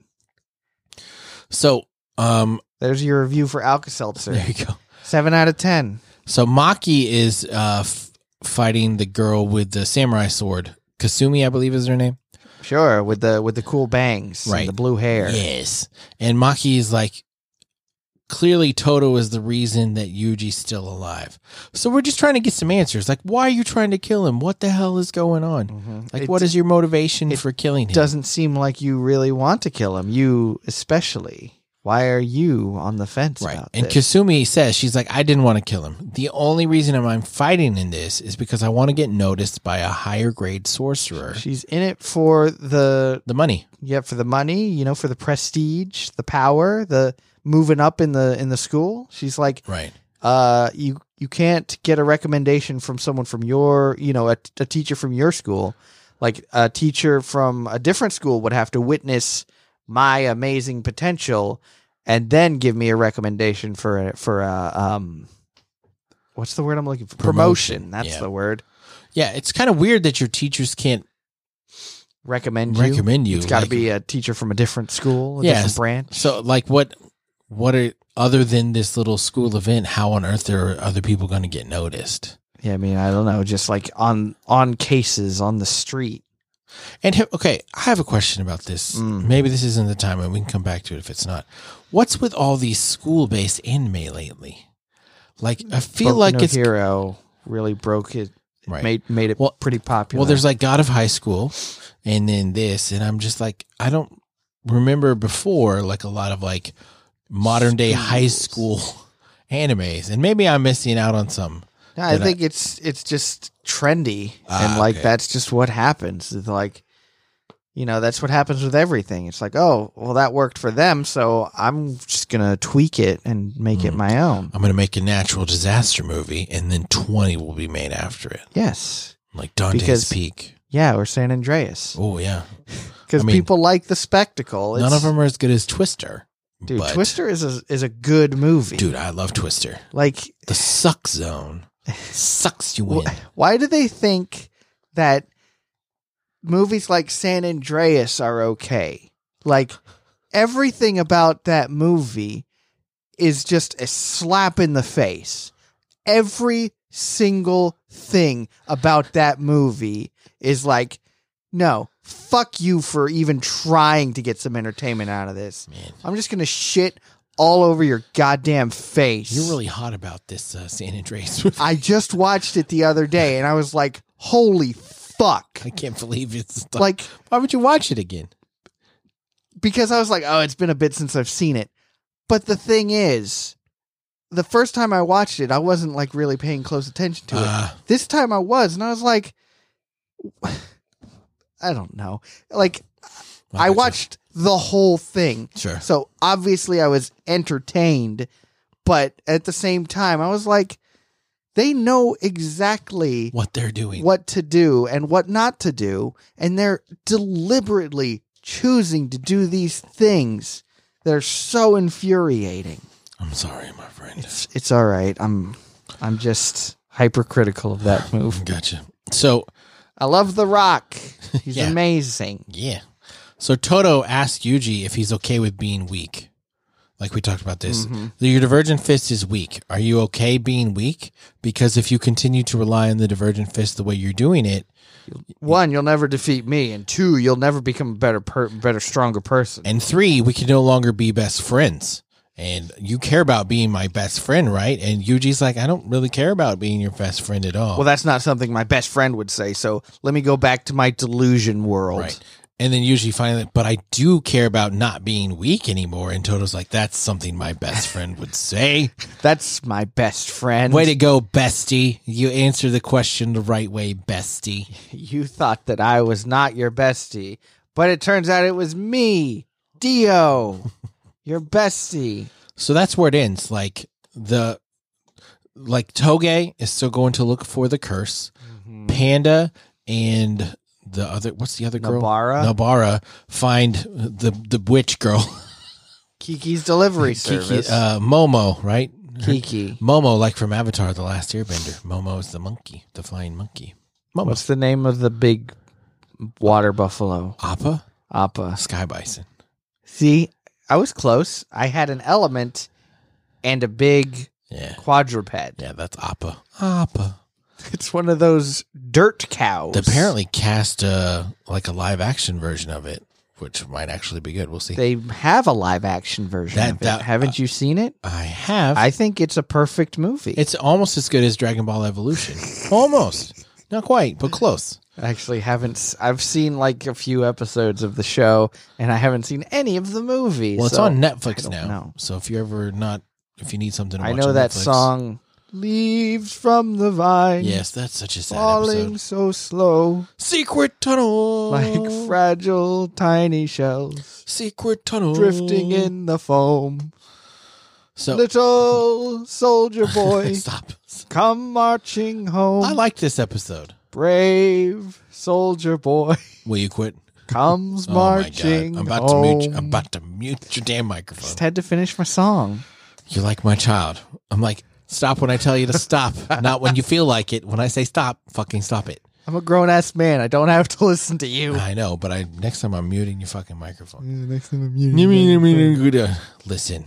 [SPEAKER 1] So, um,
[SPEAKER 2] There's your review for Alka Seltzer.
[SPEAKER 1] there you go.
[SPEAKER 2] Seven out of ten.
[SPEAKER 1] So Maki is uh, f- fighting the girl with the samurai sword. Kasumi, I believe, is her name.
[SPEAKER 2] Sure, with the with the cool bangs,
[SPEAKER 1] Right.
[SPEAKER 2] and the blue hair.
[SPEAKER 1] Yes. And Maki is like, clearly Toto is the reason that Yuji's still alive. So we're just trying to get some answers. Like, why are you trying to kill him? What the hell is going on? Like,
[SPEAKER 2] Mm-hmm. It-
[SPEAKER 1] what is your motivation
[SPEAKER 2] it
[SPEAKER 1] for killing him?
[SPEAKER 2] Doesn't seem like you really want to kill him. You especially. Why are you on the fence
[SPEAKER 1] Right.
[SPEAKER 2] about
[SPEAKER 1] And
[SPEAKER 2] this?
[SPEAKER 1] Kasumi says, she's like, I didn't want to kill him. The only reason I'm- I'm fighting in this is because I want to get noticed by a higher grade sorcerer.
[SPEAKER 2] She's in it for the
[SPEAKER 1] The money.
[SPEAKER 2] yeah for the money, you know, for the prestige, the power, the moving up in the in the school. She's like,
[SPEAKER 1] Right.
[SPEAKER 2] uh, you you can't get a recommendation from someone from your you know a, a teacher from your school. Like a teacher from a different school would have to witness my amazing potential and then give me a recommendation for a, for a, um what's the word I'm looking for
[SPEAKER 1] Promotion,
[SPEAKER 2] promotion. That's
[SPEAKER 1] yeah.
[SPEAKER 2] the word.
[SPEAKER 1] Yeah. It's kind of weird that your teachers can't
[SPEAKER 2] Recommend you.
[SPEAKER 1] recommend you.
[SPEAKER 2] It's got to
[SPEAKER 1] Like,
[SPEAKER 2] be a teacher from a different school, a
[SPEAKER 1] Yes.
[SPEAKER 2] different branch.
[SPEAKER 1] So, like, what, what are, other than this little school event, how on earth are other people going to get noticed?
[SPEAKER 2] Yeah, I mean, I don't know, just like on on cases on the street.
[SPEAKER 1] And he- okay, I have a question about this.
[SPEAKER 2] Mm.
[SPEAKER 1] Maybe this isn't the time, and we can come back to it if it's not. What's with all these school-based anime lately? Like, I feel
[SPEAKER 2] Boku
[SPEAKER 1] like
[SPEAKER 2] no
[SPEAKER 1] it's
[SPEAKER 2] hero really broke it.
[SPEAKER 1] Right.
[SPEAKER 2] Made made it
[SPEAKER 1] Well-
[SPEAKER 2] pretty popular.
[SPEAKER 1] well. There's like God of High School, and then this, and I'm just like, I don't remember before like a lot of like modern-day high school
[SPEAKER 2] Schools.
[SPEAKER 1] animes, and maybe I'm missing out on some.
[SPEAKER 2] No, I
[SPEAKER 1] that I-
[SPEAKER 2] think it's it's just trendy,
[SPEAKER 1] Ah,
[SPEAKER 2] and like
[SPEAKER 1] okay.
[SPEAKER 2] that's just what happens. It's like, you know, that's what happens with everything. It's like, oh, well, that worked for them, so I'm just gonna tweak it and make it
[SPEAKER 1] Mm.
[SPEAKER 2] my own.
[SPEAKER 1] I'm gonna make a natural disaster movie, and then 20 will be made after it,
[SPEAKER 2] Yes,
[SPEAKER 1] like Dante's
[SPEAKER 2] Because-
[SPEAKER 1] Peak.
[SPEAKER 2] yeah, or San Andreas,
[SPEAKER 1] Oh yeah,
[SPEAKER 2] because
[SPEAKER 1] I mean,
[SPEAKER 2] people like the spectacle. It's,
[SPEAKER 1] none of them are as good as Twister.
[SPEAKER 2] dude.
[SPEAKER 1] but-
[SPEAKER 2] Twister is a is a good movie,
[SPEAKER 1] Dude, I love Twister.
[SPEAKER 2] Like,
[SPEAKER 1] The suck zone sucks you in.
[SPEAKER 2] wh- why do they think that movies like San Andreas are okay? Like, everything about that movie is just a slap in the face. Every single thing about that movie is like, no, fuck you for even trying to get some entertainment out of this.
[SPEAKER 1] Man,
[SPEAKER 2] I'm just gonna shit all over your goddamn face.
[SPEAKER 1] you're really hot about this uh, San Andreas movie.
[SPEAKER 2] I just watched it the other day and I was like, holy fuck.
[SPEAKER 1] I can't believe it's like,
[SPEAKER 2] Like,
[SPEAKER 1] why would you watch it again?
[SPEAKER 2] because I was like, oh, it's been a bit since I've seen it. But the thing is, the first time I watched it, I wasn't like really paying close attention to it.
[SPEAKER 1] Uh,
[SPEAKER 2] this time I was, and I was like, I don't know. Like, I
[SPEAKER 1] okay,
[SPEAKER 2] watched the whole thing.
[SPEAKER 1] Sure.
[SPEAKER 2] So obviously I was entertained, but at the same time, I was like, they know exactly
[SPEAKER 1] What they're doing.
[SPEAKER 2] what to do and what not to do, and they're deliberately choosing to do these things that are so infuriating.
[SPEAKER 1] I'm sorry, my friend.
[SPEAKER 2] It's it's all right. I'm I'm just hypercritical of that move.
[SPEAKER 1] Gotcha. So,
[SPEAKER 2] I love The Rock. He's
[SPEAKER 1] Yeah.
[SPEAKER 2] amazing.
[SPEAKER 1] yeah. So Toto asked Yuji if he's okay with being weak. Like we talked about this. Your divergent fist is weak. Are you okay being weak? Because if you continue to rely on the divergent fist the way you're doing it,
[SPEAKER 2] One, you'll never defeat me, and two, you'll never become a better, per- better, stronger person.
[SPEAKER 1] And three, we can no longer be best friends. And you care about being my best friend, right? And Yuji's like, I don't really care about being your best friend at all.
[SPEAKER 2] Well, that's not something my best friend would say. So let me go back to my delusion world.
[SPEAKER 1] right. And then Yuji finally, but I do care about not being weak anymore. And Toto's like, that's something my best friend would say.
[SPEAKER 2] That's my best friend.
[SPEAKER 1] Way to go, bestie. You answer the question the right way, bestie.
[SPEAKER 2] You thought that I was not your bestie, but it turns out it was me, Dio, your bestie.
[SPEAKER 1] So that's where it ends. Like the like Toge is still going to look for the curse.
[SPEAKER 2] Mm-hmm.
[SPEAKER 1] Panda and the other what's the other girl?
[SPEAKER 2] Nabara?
[SPEAKER 1] Nabara find the the witch girl.
[SPEAKER 2] Kiki's delivery
[SPEAKER 1] Kiki
[SPEAKER 2] service.
[SPEAKER 1] uh Momo, right?
[SPEAKER 2] Kiki.
[SPEAKER 1] Momo like from Avatar the Last Airbender. Momo is the monkey, the flying monkey. Momo
[SPEAKER 2] What's the name of the big water buffalo?
[SPEAKER 1] Appa,
[SPEAKER 2] Appa.
[SPEAKER 1] Sky Bison.
[SPEAKER 2] See, I was close. I had an element and a big
[SPEAKER 1] Yeah.
[SPEAKER 2] quadruped.
[SPEAKER 1] Yeah, that's Appa. Appa.
[SPEAKER 2] It's one of those dirt cows.
[SPEAKER 1] They apparently cast uh like a live action version of it. which might actually be good. We'll see.
[SPEAKER 2] They have a live action version.
[SPEAKER 1] That-
[SPEAKER 2] of it.
[SPEAKER 1] that- uh,
[SPEAKER 2] Haven't you seen it?
[SPEAKER 1] I have.
[SPEAKER 2] I think it's a perfect movie.
[SPEAKER 1] it's almost as good as Dragon Ball Evolution. almost. Not quite, but close.
[SPEAKER 2] I actually haven't. s- I've seen like a few episodes of the show, and I haven't seen any of the movies.
[SPEAKER 1] Well, it's on Netflix
[SPEAKER 2] don't
[SPEAKER 1] now.
[SPEAKER 2] know.
[SPEAKER 1] So if you're ever not, if you need something to
[SPEAKER 2] I
[SPEAKER 1] watch
[SPEAKER 2] know
[SPEAKER 1] on
[SPEAKER 2] that
[SPEAKER 1] Netflix-
[SPEAKER 2] song, "Leaves from the Vine."
[SPEAKER 1] Yes, that's such a sad
[SPEAKER 2] Falling
[SPEAKER 1] episode. Oh.
[SPEAKER 2] so slow,
[SPEAKER 1] Secret tunnel.
[SPEAKER 2] like fragile tiny shells
[SPEAKER 1] Secret tunnel.
[SPEAKER 2] drifting in the foam.
[SPEAKER 1] Oh. So
[SPEAKER 2] Little soldier boy,
[SPEAKER 1] stop.
[SPEAKER 2] come marching home.
[SPEAKER 1] I like this episode.
[SPEAKER 2] Brave soldier boy
[SPEAKER 1] Will you quit?
[SPEAKER 2] comes marching
[SPEAKER 1] Oh my god! I'm about
[SPEAKER 2] home.
[SPEAKER 1] to mute. I'm about to mute your damn microphone.
[SPEAKER 2] Just had to finish my song.
[SPEAKER 1] You're like my child. I'm like stop when I tell you to stop, not when you feel like it. When I say stop, fucking stop it.
[SPEAKER 2] I'm a grown ass man. I don't have to listen to you.
[SPEAKER 1] I know, but I next time I'm muting your fucking microphone.
[SPEAKER 2] Next time I'm
[SPEAKER 1] Listen,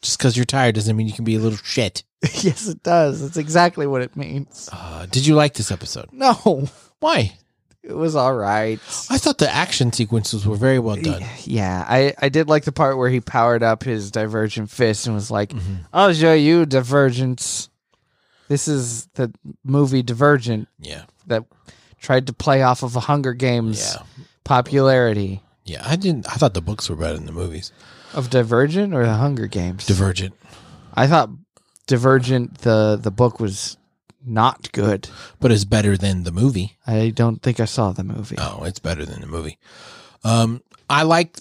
[SPEAKER 1] just because you're tired doesn't mean you can be a little shit.
[SPEAKER 2] yes, it does. That's exactly what it means.
[SPEAKER 1] Uh, did you like this episode?
[SPEAKER 2] No,
[SPEAKER 1] Why?
[SPEAKER 2] it was all right.
[SPEAKER 1] I thought the action sequences were very well done.
[SPEAKER 2] Yeah, I, I did like the part where he powered up his divergent fist and was like,
[SPEAKER 1] Mm-hmm.
[SPEAKER 2] I'll show you divergence. This is the movie Divergent
[SPEAKER 1] Yeah,
[SPEAKER 2] that tried to play off of a Hunger Games
[SPEAKER 1] yeah,
[SPEAKER 2] popularity
[SPEAKER 1] yeah. I didn't. I thought the books were better than the movies.
[SPEAKER 2] of Divergent or the Hunger Games.
[SPEAKER 1] Divergent.
[SPEAKER 2] I thought Divergent the the book was not good.
[SPEAKER 1] but it's better than the movie.
[SPEAKER 2] I don't think I saw the movie.
[SPEAKER 1] Oh, it's better than the movie. Um, I like,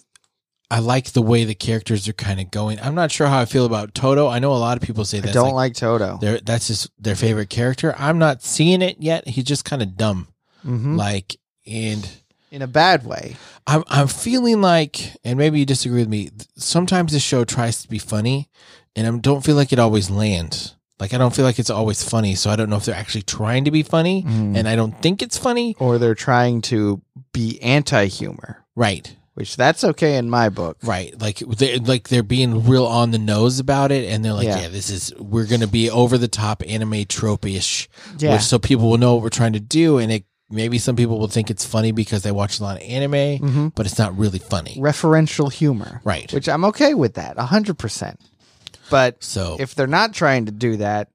[SPEAKER 1] I like the way the characters are kind of going. I'm not sure how I feel about Toto. I know a lot of people say
[SPEAKER 2] I
[SPEAKER 1] that's
[SPEAKER 2] don't
[SPEAKER 1] like,
[SPEAKER 2] like, Toto.
[SPEAKER 1] their that's his their favorite character. I'm not seeing it yet. He's just kind of dumb,
[SPEAKER 2] hmm
[SPEAKER 1] like, and
[SPEAKER 2] In a bad way.
[SPEAKER 1] I'm I'm feeling like, and maybe you disagree with me. th- Sometimes the show tries to be funny, and I don't feel like it always lands. Like I don't feel like it's always funny, so I don't know if they're actually trying to be funny,
[SPEAKER 2] Mm.
[SPEAKER 1] and I don't think it's funny.
[SPEAKER 2] Or they're trying to be anti humor,
[SPEAKER 1] Right.
[SPEAKER 2] which that's okay in my book.
[SPEAKER 1] Right. Like they like they're being real on the nose about it and they're like,
[SPEAKER 2] Yeah.
[SPEAKER 1] Yeah, this is we're gonna be over the top anime tropish.
[SPEAKER 2] Yeah.
[SPEAKER 1] Which so people will know what we're trying to do and it maybe some people will think it's funny because they watch a lot of anime,
[SPEAKER 2] Mhm.
[SPEAKER 1] but it's not really funny.
[SPEAKER 2] Referential humor.
[SPEAKER 1] Right.
[SPEAKER 2] Which I'm okay with that, 100%. But
[SPEAKER 1] so
[SPEAKER 2] if they're not trying to do that,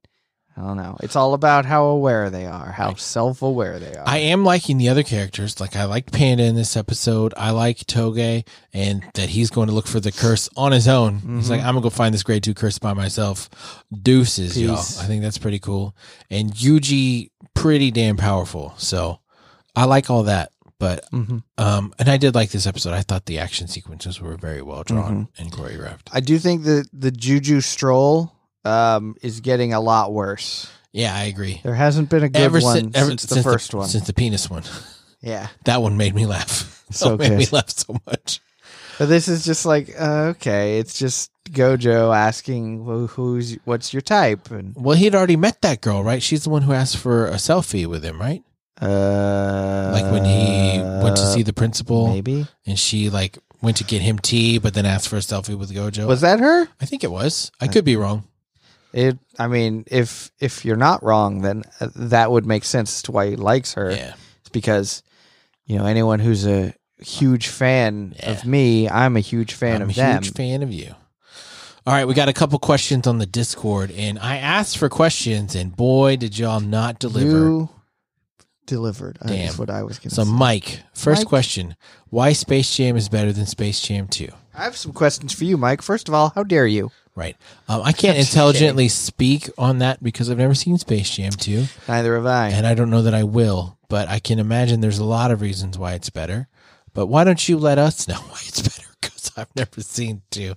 [SPEAKER 2] I don't know. It's all about how aware they are, how self aware they are.
[SPEAKER 1] I am liking the other characters. Like I liked Panda in this episode. I like Toge and that he's going to look for the curse on his own. He's
[SPEAKER 2] Mm-hmm.
[SPEAKER 1] like, I'm gonna go find this grade two curse by myself. Deuces, y'all.
[SPEAKER 2] Peace.
[SPEAKER 1] I think that's pretty cool. And Yuji, pretty damn powerful. So I like all that. But
[SPEAKER 2] Mhm.
[SPEAKER 1] um and I did like this episode. I thought the action sequences were very well drawn
[SPEAKER 2] Mm-hmm.
[SPEAKER 1] and choreographed.
[SPEAKER 2] I do think that the Juju Stroll um, is getting a lot worse.
[SPEAKER 1] Yeah, I agree.
[SPEAKER 2] There hasn't been a good
[SPEAKER 1] Ever,
[SPEAKER 2] one
[SPEAKER 1] sin- ever
[SPEAKER 2] since, the first one.
[SPEAKER 1] Since the penis one.
[SPEAKER 2] yeah.
[SPEAKER 1] That one made me laugh. That
[SPEAKER 2] So
[SPEAKER 1] one made me
[SPEAKER 2] good.
[SPEAKER 1] laugh so much.
[SPEAKER 2] But this is just like uh, okay, it's just Gojo asking well, who's what's your type and
[SPEAKER 1] Well, he'd already met that girl, right? She's the one who asked for a selfie with him, right?
[SPEAKER 2] uh
[SPEAKER 1] Like when he went to see the principal
[SPEAKER 2] maybe
[SPEAKER 1] and she like went to get him tea, but then asked for a selfie with Gojo.
[SPEAKER 2] was that her?
[SPEAKER 1] I think it was. I could be wrong.
[SPEAKER 2] It I mean if if you're not wrong then uh, that would make sense as to why he likes her.
[SPEAKER 1] Yeah.
[SPEAKER 2] It's because you know anyone who's a huge fan of me, I'm a huge fan
[SPEAKER 1] I'm
[SPEAKER 2] of
[SPEAKER 1] a
[SPEAKER 2] them.
[SPEAKER 1] huge fan of you. All right, we got a couple questions on the Discord, and I asked for questions, and boy, did y'all not deliver.
[SPEAKER 2] You delivered. Damn.
[SPEAKER 1] Damn.
[SPEAKER 2] That's what I was going to
[SPEAKER 1] so, Mike, first
[SPEAKER 2] Mike?
[SPEAKER 1] question Why Space Jam is better than Space Jam 2?
[SPEAKER 2] I have some questions for you, Mike. First of all, how dare you?
[SPEAKER 1] Right. Um, I can't
[SPEAKER 2] just
[SPEAKER 1] intelligently speak on that because I've never seen Space Jam 2.
[SPEAKER 2] Neither have I.
[SPEAKER 1] and I don't know that I will, but I can imagine there's a lot of reasons why it's better. But why don't you let us know why it's better? Because I've never seen two.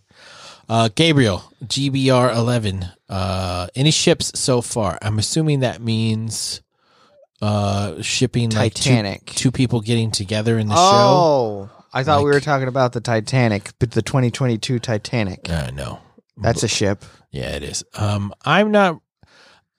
[SPEAKER 1] Uh, Gabriel GBR eleven. Uh, any ships so far? I'm assuming that means uh, shipping like, two-
[SPEAKER 2] Titanic.
[SPEAKER 1] two, people getting together in the
[SPEAKER 2] oh, I thought we
[SPEAKER 1] Like-
[SPEAKER 2] were talking about the Titanic, but the 2022 Titanic.
[SPEAKER 1] show. Uh, no,
[SPEAKER 2] That's a ship.
[SPEAKER 1] yeah, it is. Um, I'm not.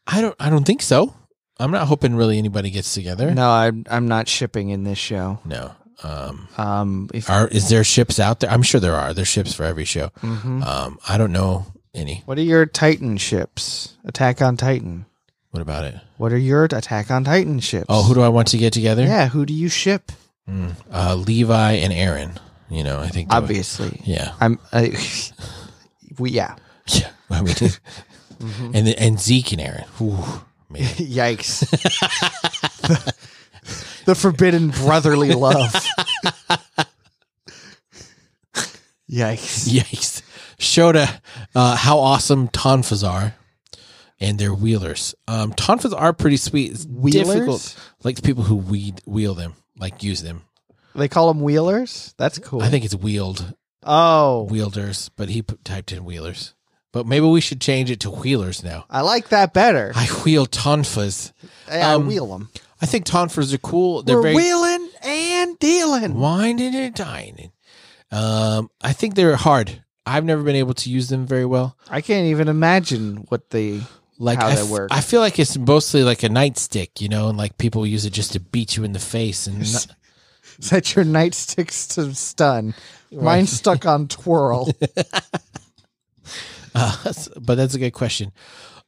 [SPEAKER 1] I don't. I don't think so. I'm not hoping really anybody gets together.
[SPEAKER 2] No, I'm I'm not shipping in this show.
[SPEAKER 1] No. Um,
[SPEAKER 2] Um, if
[SPEAKER 1] are is there ships out there? I'm sure there are. There's ships for every show.
[SPEAKER 2] Mhm.
[SPEAKER 1] Um, I don't know any.
[SPEAKER 2] what are your Titan ships? Attack on Titan.
[SPEAKER 1] What about it?
[SPEAKER 2] What are your Attack on Titan ships?
[SPEAKER 1] Oh, who do I want to get together?
[SPEAKER 2] yeah, who do you ship?
[SPEAKER 1] Uh, Levi and Aaron. You know, I think. that would-
[SPEAKER 2] Obviously,
[SPEAKER 1] Yeah.
[SPEAKER 2] I'm. I, we yeah.
[SPEAKER 1] Yeah. I mean,
[SPEAKER 2] Mm-hmm.
[SPEAKER 1] and, the, and Zeke and Aaron. Ooh, man.
[SPEAKER 2] Yikes. the forbidden brotherly love. Yikes.
[SPEAKER 1] Yikes. Showed uh, uh, how awesome Tonfas are and their wheelers. Um, Tonfas are pretty sweet. It's
[SPEAKER 2] Wheelers?
[SPEAKER 1] difficult. Like the people who weed, wheel them, like use them.
[SPEAKER 2] They call them wheelers? That's cool.
[SPEAKER 1] I think it's wheeled,
[SPEAKER 2] oh,
[SPEAKER 1] wielders, but he put, typed in wheelers. But maybe we should change it to wheelers now.
[SPEAKER 2] I like that better.
[SPEAKER 1] I wheel Tonfas.
[SPEAKER 2] I, I
[SPEAKER 1] um,
[SPEAKER 2] wheel them.
[SPEAKER 1] I think Tonfas are cool. They're
[SPEAKER 2] We're
[SPEAKER 1] very
[SPEAKER 2] wheeling and dealing.
[SPEAKER 1] winding and dining. Um, I think they're hard. I've never been able to use them very well.
[SPEAKER 2] I can't even imagine what they.
[SPEAKER 1] like
[SPEAKER 2] how
[SPEAKER 1] I
[SPEAKER 2] they
[SPEAKER 1] f-
[SPEAKER 2] work.
[SPEAKER 1] I feel like it's mostly like a nightstick, you know, and like people use it just to beat you in the face. And not-
[SPEAKER 2] Set your nightsticks to stun. Mine's stuck on twirl.
[SPEAKER 1] uh, that's- but that's a good question.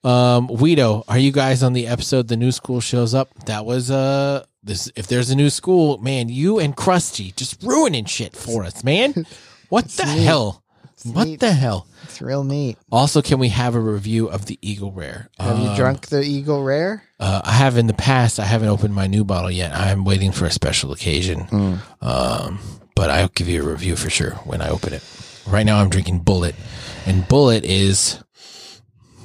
[SPEAKER 1] Um, Guido, are you guys on the episode the new school shows up? That was uh this if there's a new school, man, you and Krusty just ruining shit for us, man. What the
[SPEAKER 2] neat.
[SPEAKER 1] hell? what
[SPEAKER 2] neat.
[SPEAKER 1] the hell?
[SPEAKER 2] it's real neat.
[SPEAKER 1] Also, can we have a review of the Eagle Rare?
[SPEAKER 2] Have
[SPEAKER 1] Um,
[SPEAKER 2] you drunk the Eagle Rare?
[SPEAKER 1] Uh, I have in the past. I haven't opened my new bottle yet. I'm waiting for a special occasion.
[SPEAKER 2] Hmm.
[SPEAKER 1] Um, but I'll give you a review for sure when I open it. Right now, I'm drinking Bullet, and Bullet is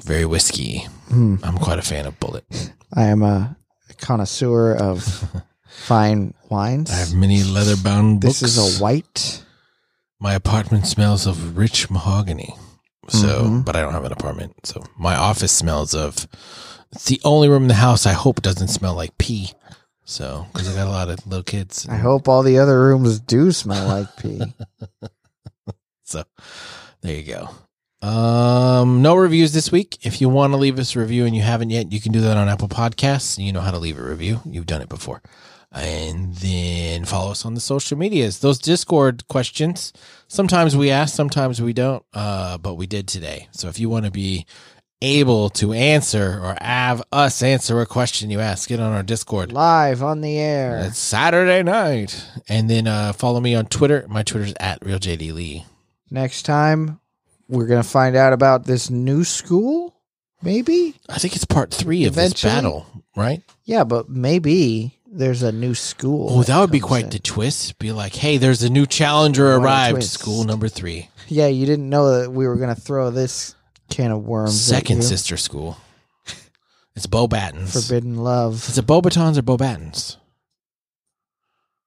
[SPEAKER 1] very whiskey.
[SPEAKER 2] Hmm.
[SPEAKER 1] I'm quite a fan of Bullet.
[SPEAKER 2] I am a connoisseur of fine wines.
[SPEAKER 1] I have many leather bound books.
[SPEAKER 2] this is a white.
[SPEAKER 1] my apartment smells of rich mahogany. So,
[SPEAKER 2] Mm-hmm.
[SPEAKER 1] but I don't have an apartment. So, my office smells of it's the only room in the house I hope doesn't smell like pee. So, because I got a lot of little kids.
[SPEAKER 2] I hope all the other rooms do smell like pee.
[SPEAKER 1] So there you go. Um, no reviews this week. If you want to leave us a review and you haven't yet, you can do that on Apple Podcasts. You know how to leave a review. You've done it before. And then follow us on the social medias. Those Discord questions, sometimes we ask, sometimes we don't, uh, but we did today. So if you want to be able to answer or have us answer a question you ask, get on our Discord.
[SPEAKER 2] Live on the air.
[SPEAKER 1] It's Saturday night. And then uh, follow me on Twitter. My Twitter's at RealJDLee.
[SPEAKER 2] Next time, we're going to find out about this new school, maybe?
[SPEAKER 1] I think it's part three of this
[SPEAKER 2] Eventually.
[SPEAKER 1] battle, right?
[SPEAKER 2] Yeah, but maybe there's a new school.
[SPEAKER 1] Oh, that would be
[SPEAKER 2] comes
[SPEAKER 1] quite
[SPEAKER 2] in.
[SPEAKER 1] the twist. Be like, hey, there's a new challenger
[SPEAKER 2] What a
[SPEAKER 1] arrived.
[SPEAKER 2] twist.
[SPEAKER 1] School number three,
[SPEAKER 2] yeah, you didn't know that we were going to throw this can of worms. at
[SPEAKER 1] second
[SPEAKER 2] you.
[SPEAKER 1] sister school. It's Bobatons.
[SPEAKER 2] Forbidden Love.
[SPEAKER 1] Is it Bobatons or Bobatons?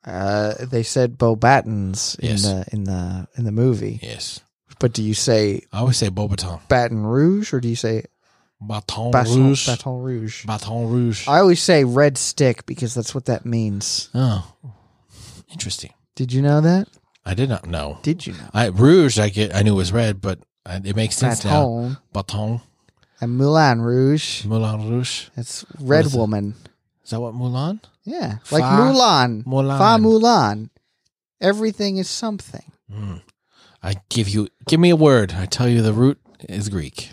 [SPEAKER 2] Uh, they said Bobatons
[SPEAKER 1] Yes.
[SPEAKER 2] in the in the in the movie.
[SPEAKER 1] Yes.
[SPEAKER 2] But do you say
[SPEAKER 1] I always say Bobaton.
[SPEAKER 2] Baton Rouge or do you say
[SPEAKER 1] Baton,
[SPEAKER 2] Baton
[SPEAKER 1] Rouge. Baton,
[SPEAKER 2] Baton Rouge?
[SPEAKER 1] Rouge.
[SPEAKER 2] I always say red stick because that's what that means.
[SPEAKER 1] oh, interesting.
[SPEAKER 2] Did you know that?
[SPEAKER 1] I did not know.
[SPEAKER 2] Did you know?
[SPEAKER 1] I Rouge, I get. I knew it was red, but I, it makes sense now.
[SPEAKER 2] Baton
[SPEAKER 1] Baton
[SPEAKER 2] and Moulin Rouge.
[SPEAKER 1] Moulin Rouge.
[SPEAKER 2] That's red
[SPEAKER 1] is it?
[SPEAKER 2] woman.
[SPEAKER 1] Is that what Moulin?
[SPEAKER 2] Yeah, like
[SPEAKER 1] Fa
[SPEAKER 2] Mulan.
[SPEAKER 1] Moulin.
[SPEAKER 2] Fa Mulan. Everything is something.
[SPEAKER 1] Hmm. I give you give me a word. I tell you the root is Greek.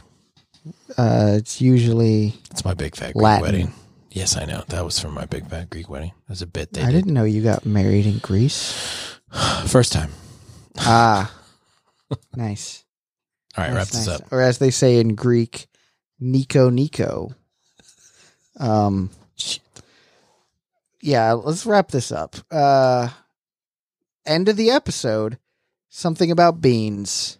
[SPEAKER 2] Uh, it's usually.
[SPEAKER 1] It's my big fat Greek
[SPEAKER 2] Latin.
[SPEAKER 1] wedding. Yes, I know. That was from my big fat Greek wedding. That was a bit they
[SPEAKER 2] I
[SPEAKER 1] did.
[SPEAKER 2] didn't know you got married in Greece.
[SPEAKER 1] First time.
[SPEAKER 2] ah, nice.
[SPEAKER 1] All right, wrap
[SPEAKER 2] Nice,
[SPEAKER 1] this
[SPEAKER 2] nice.
[SPEAKER 1] up.
[SPEAKER 2] Or as they say in Greek, Nico Nico. Um Yeah, let's wrap this up. Uh end of the episode. Something about beans.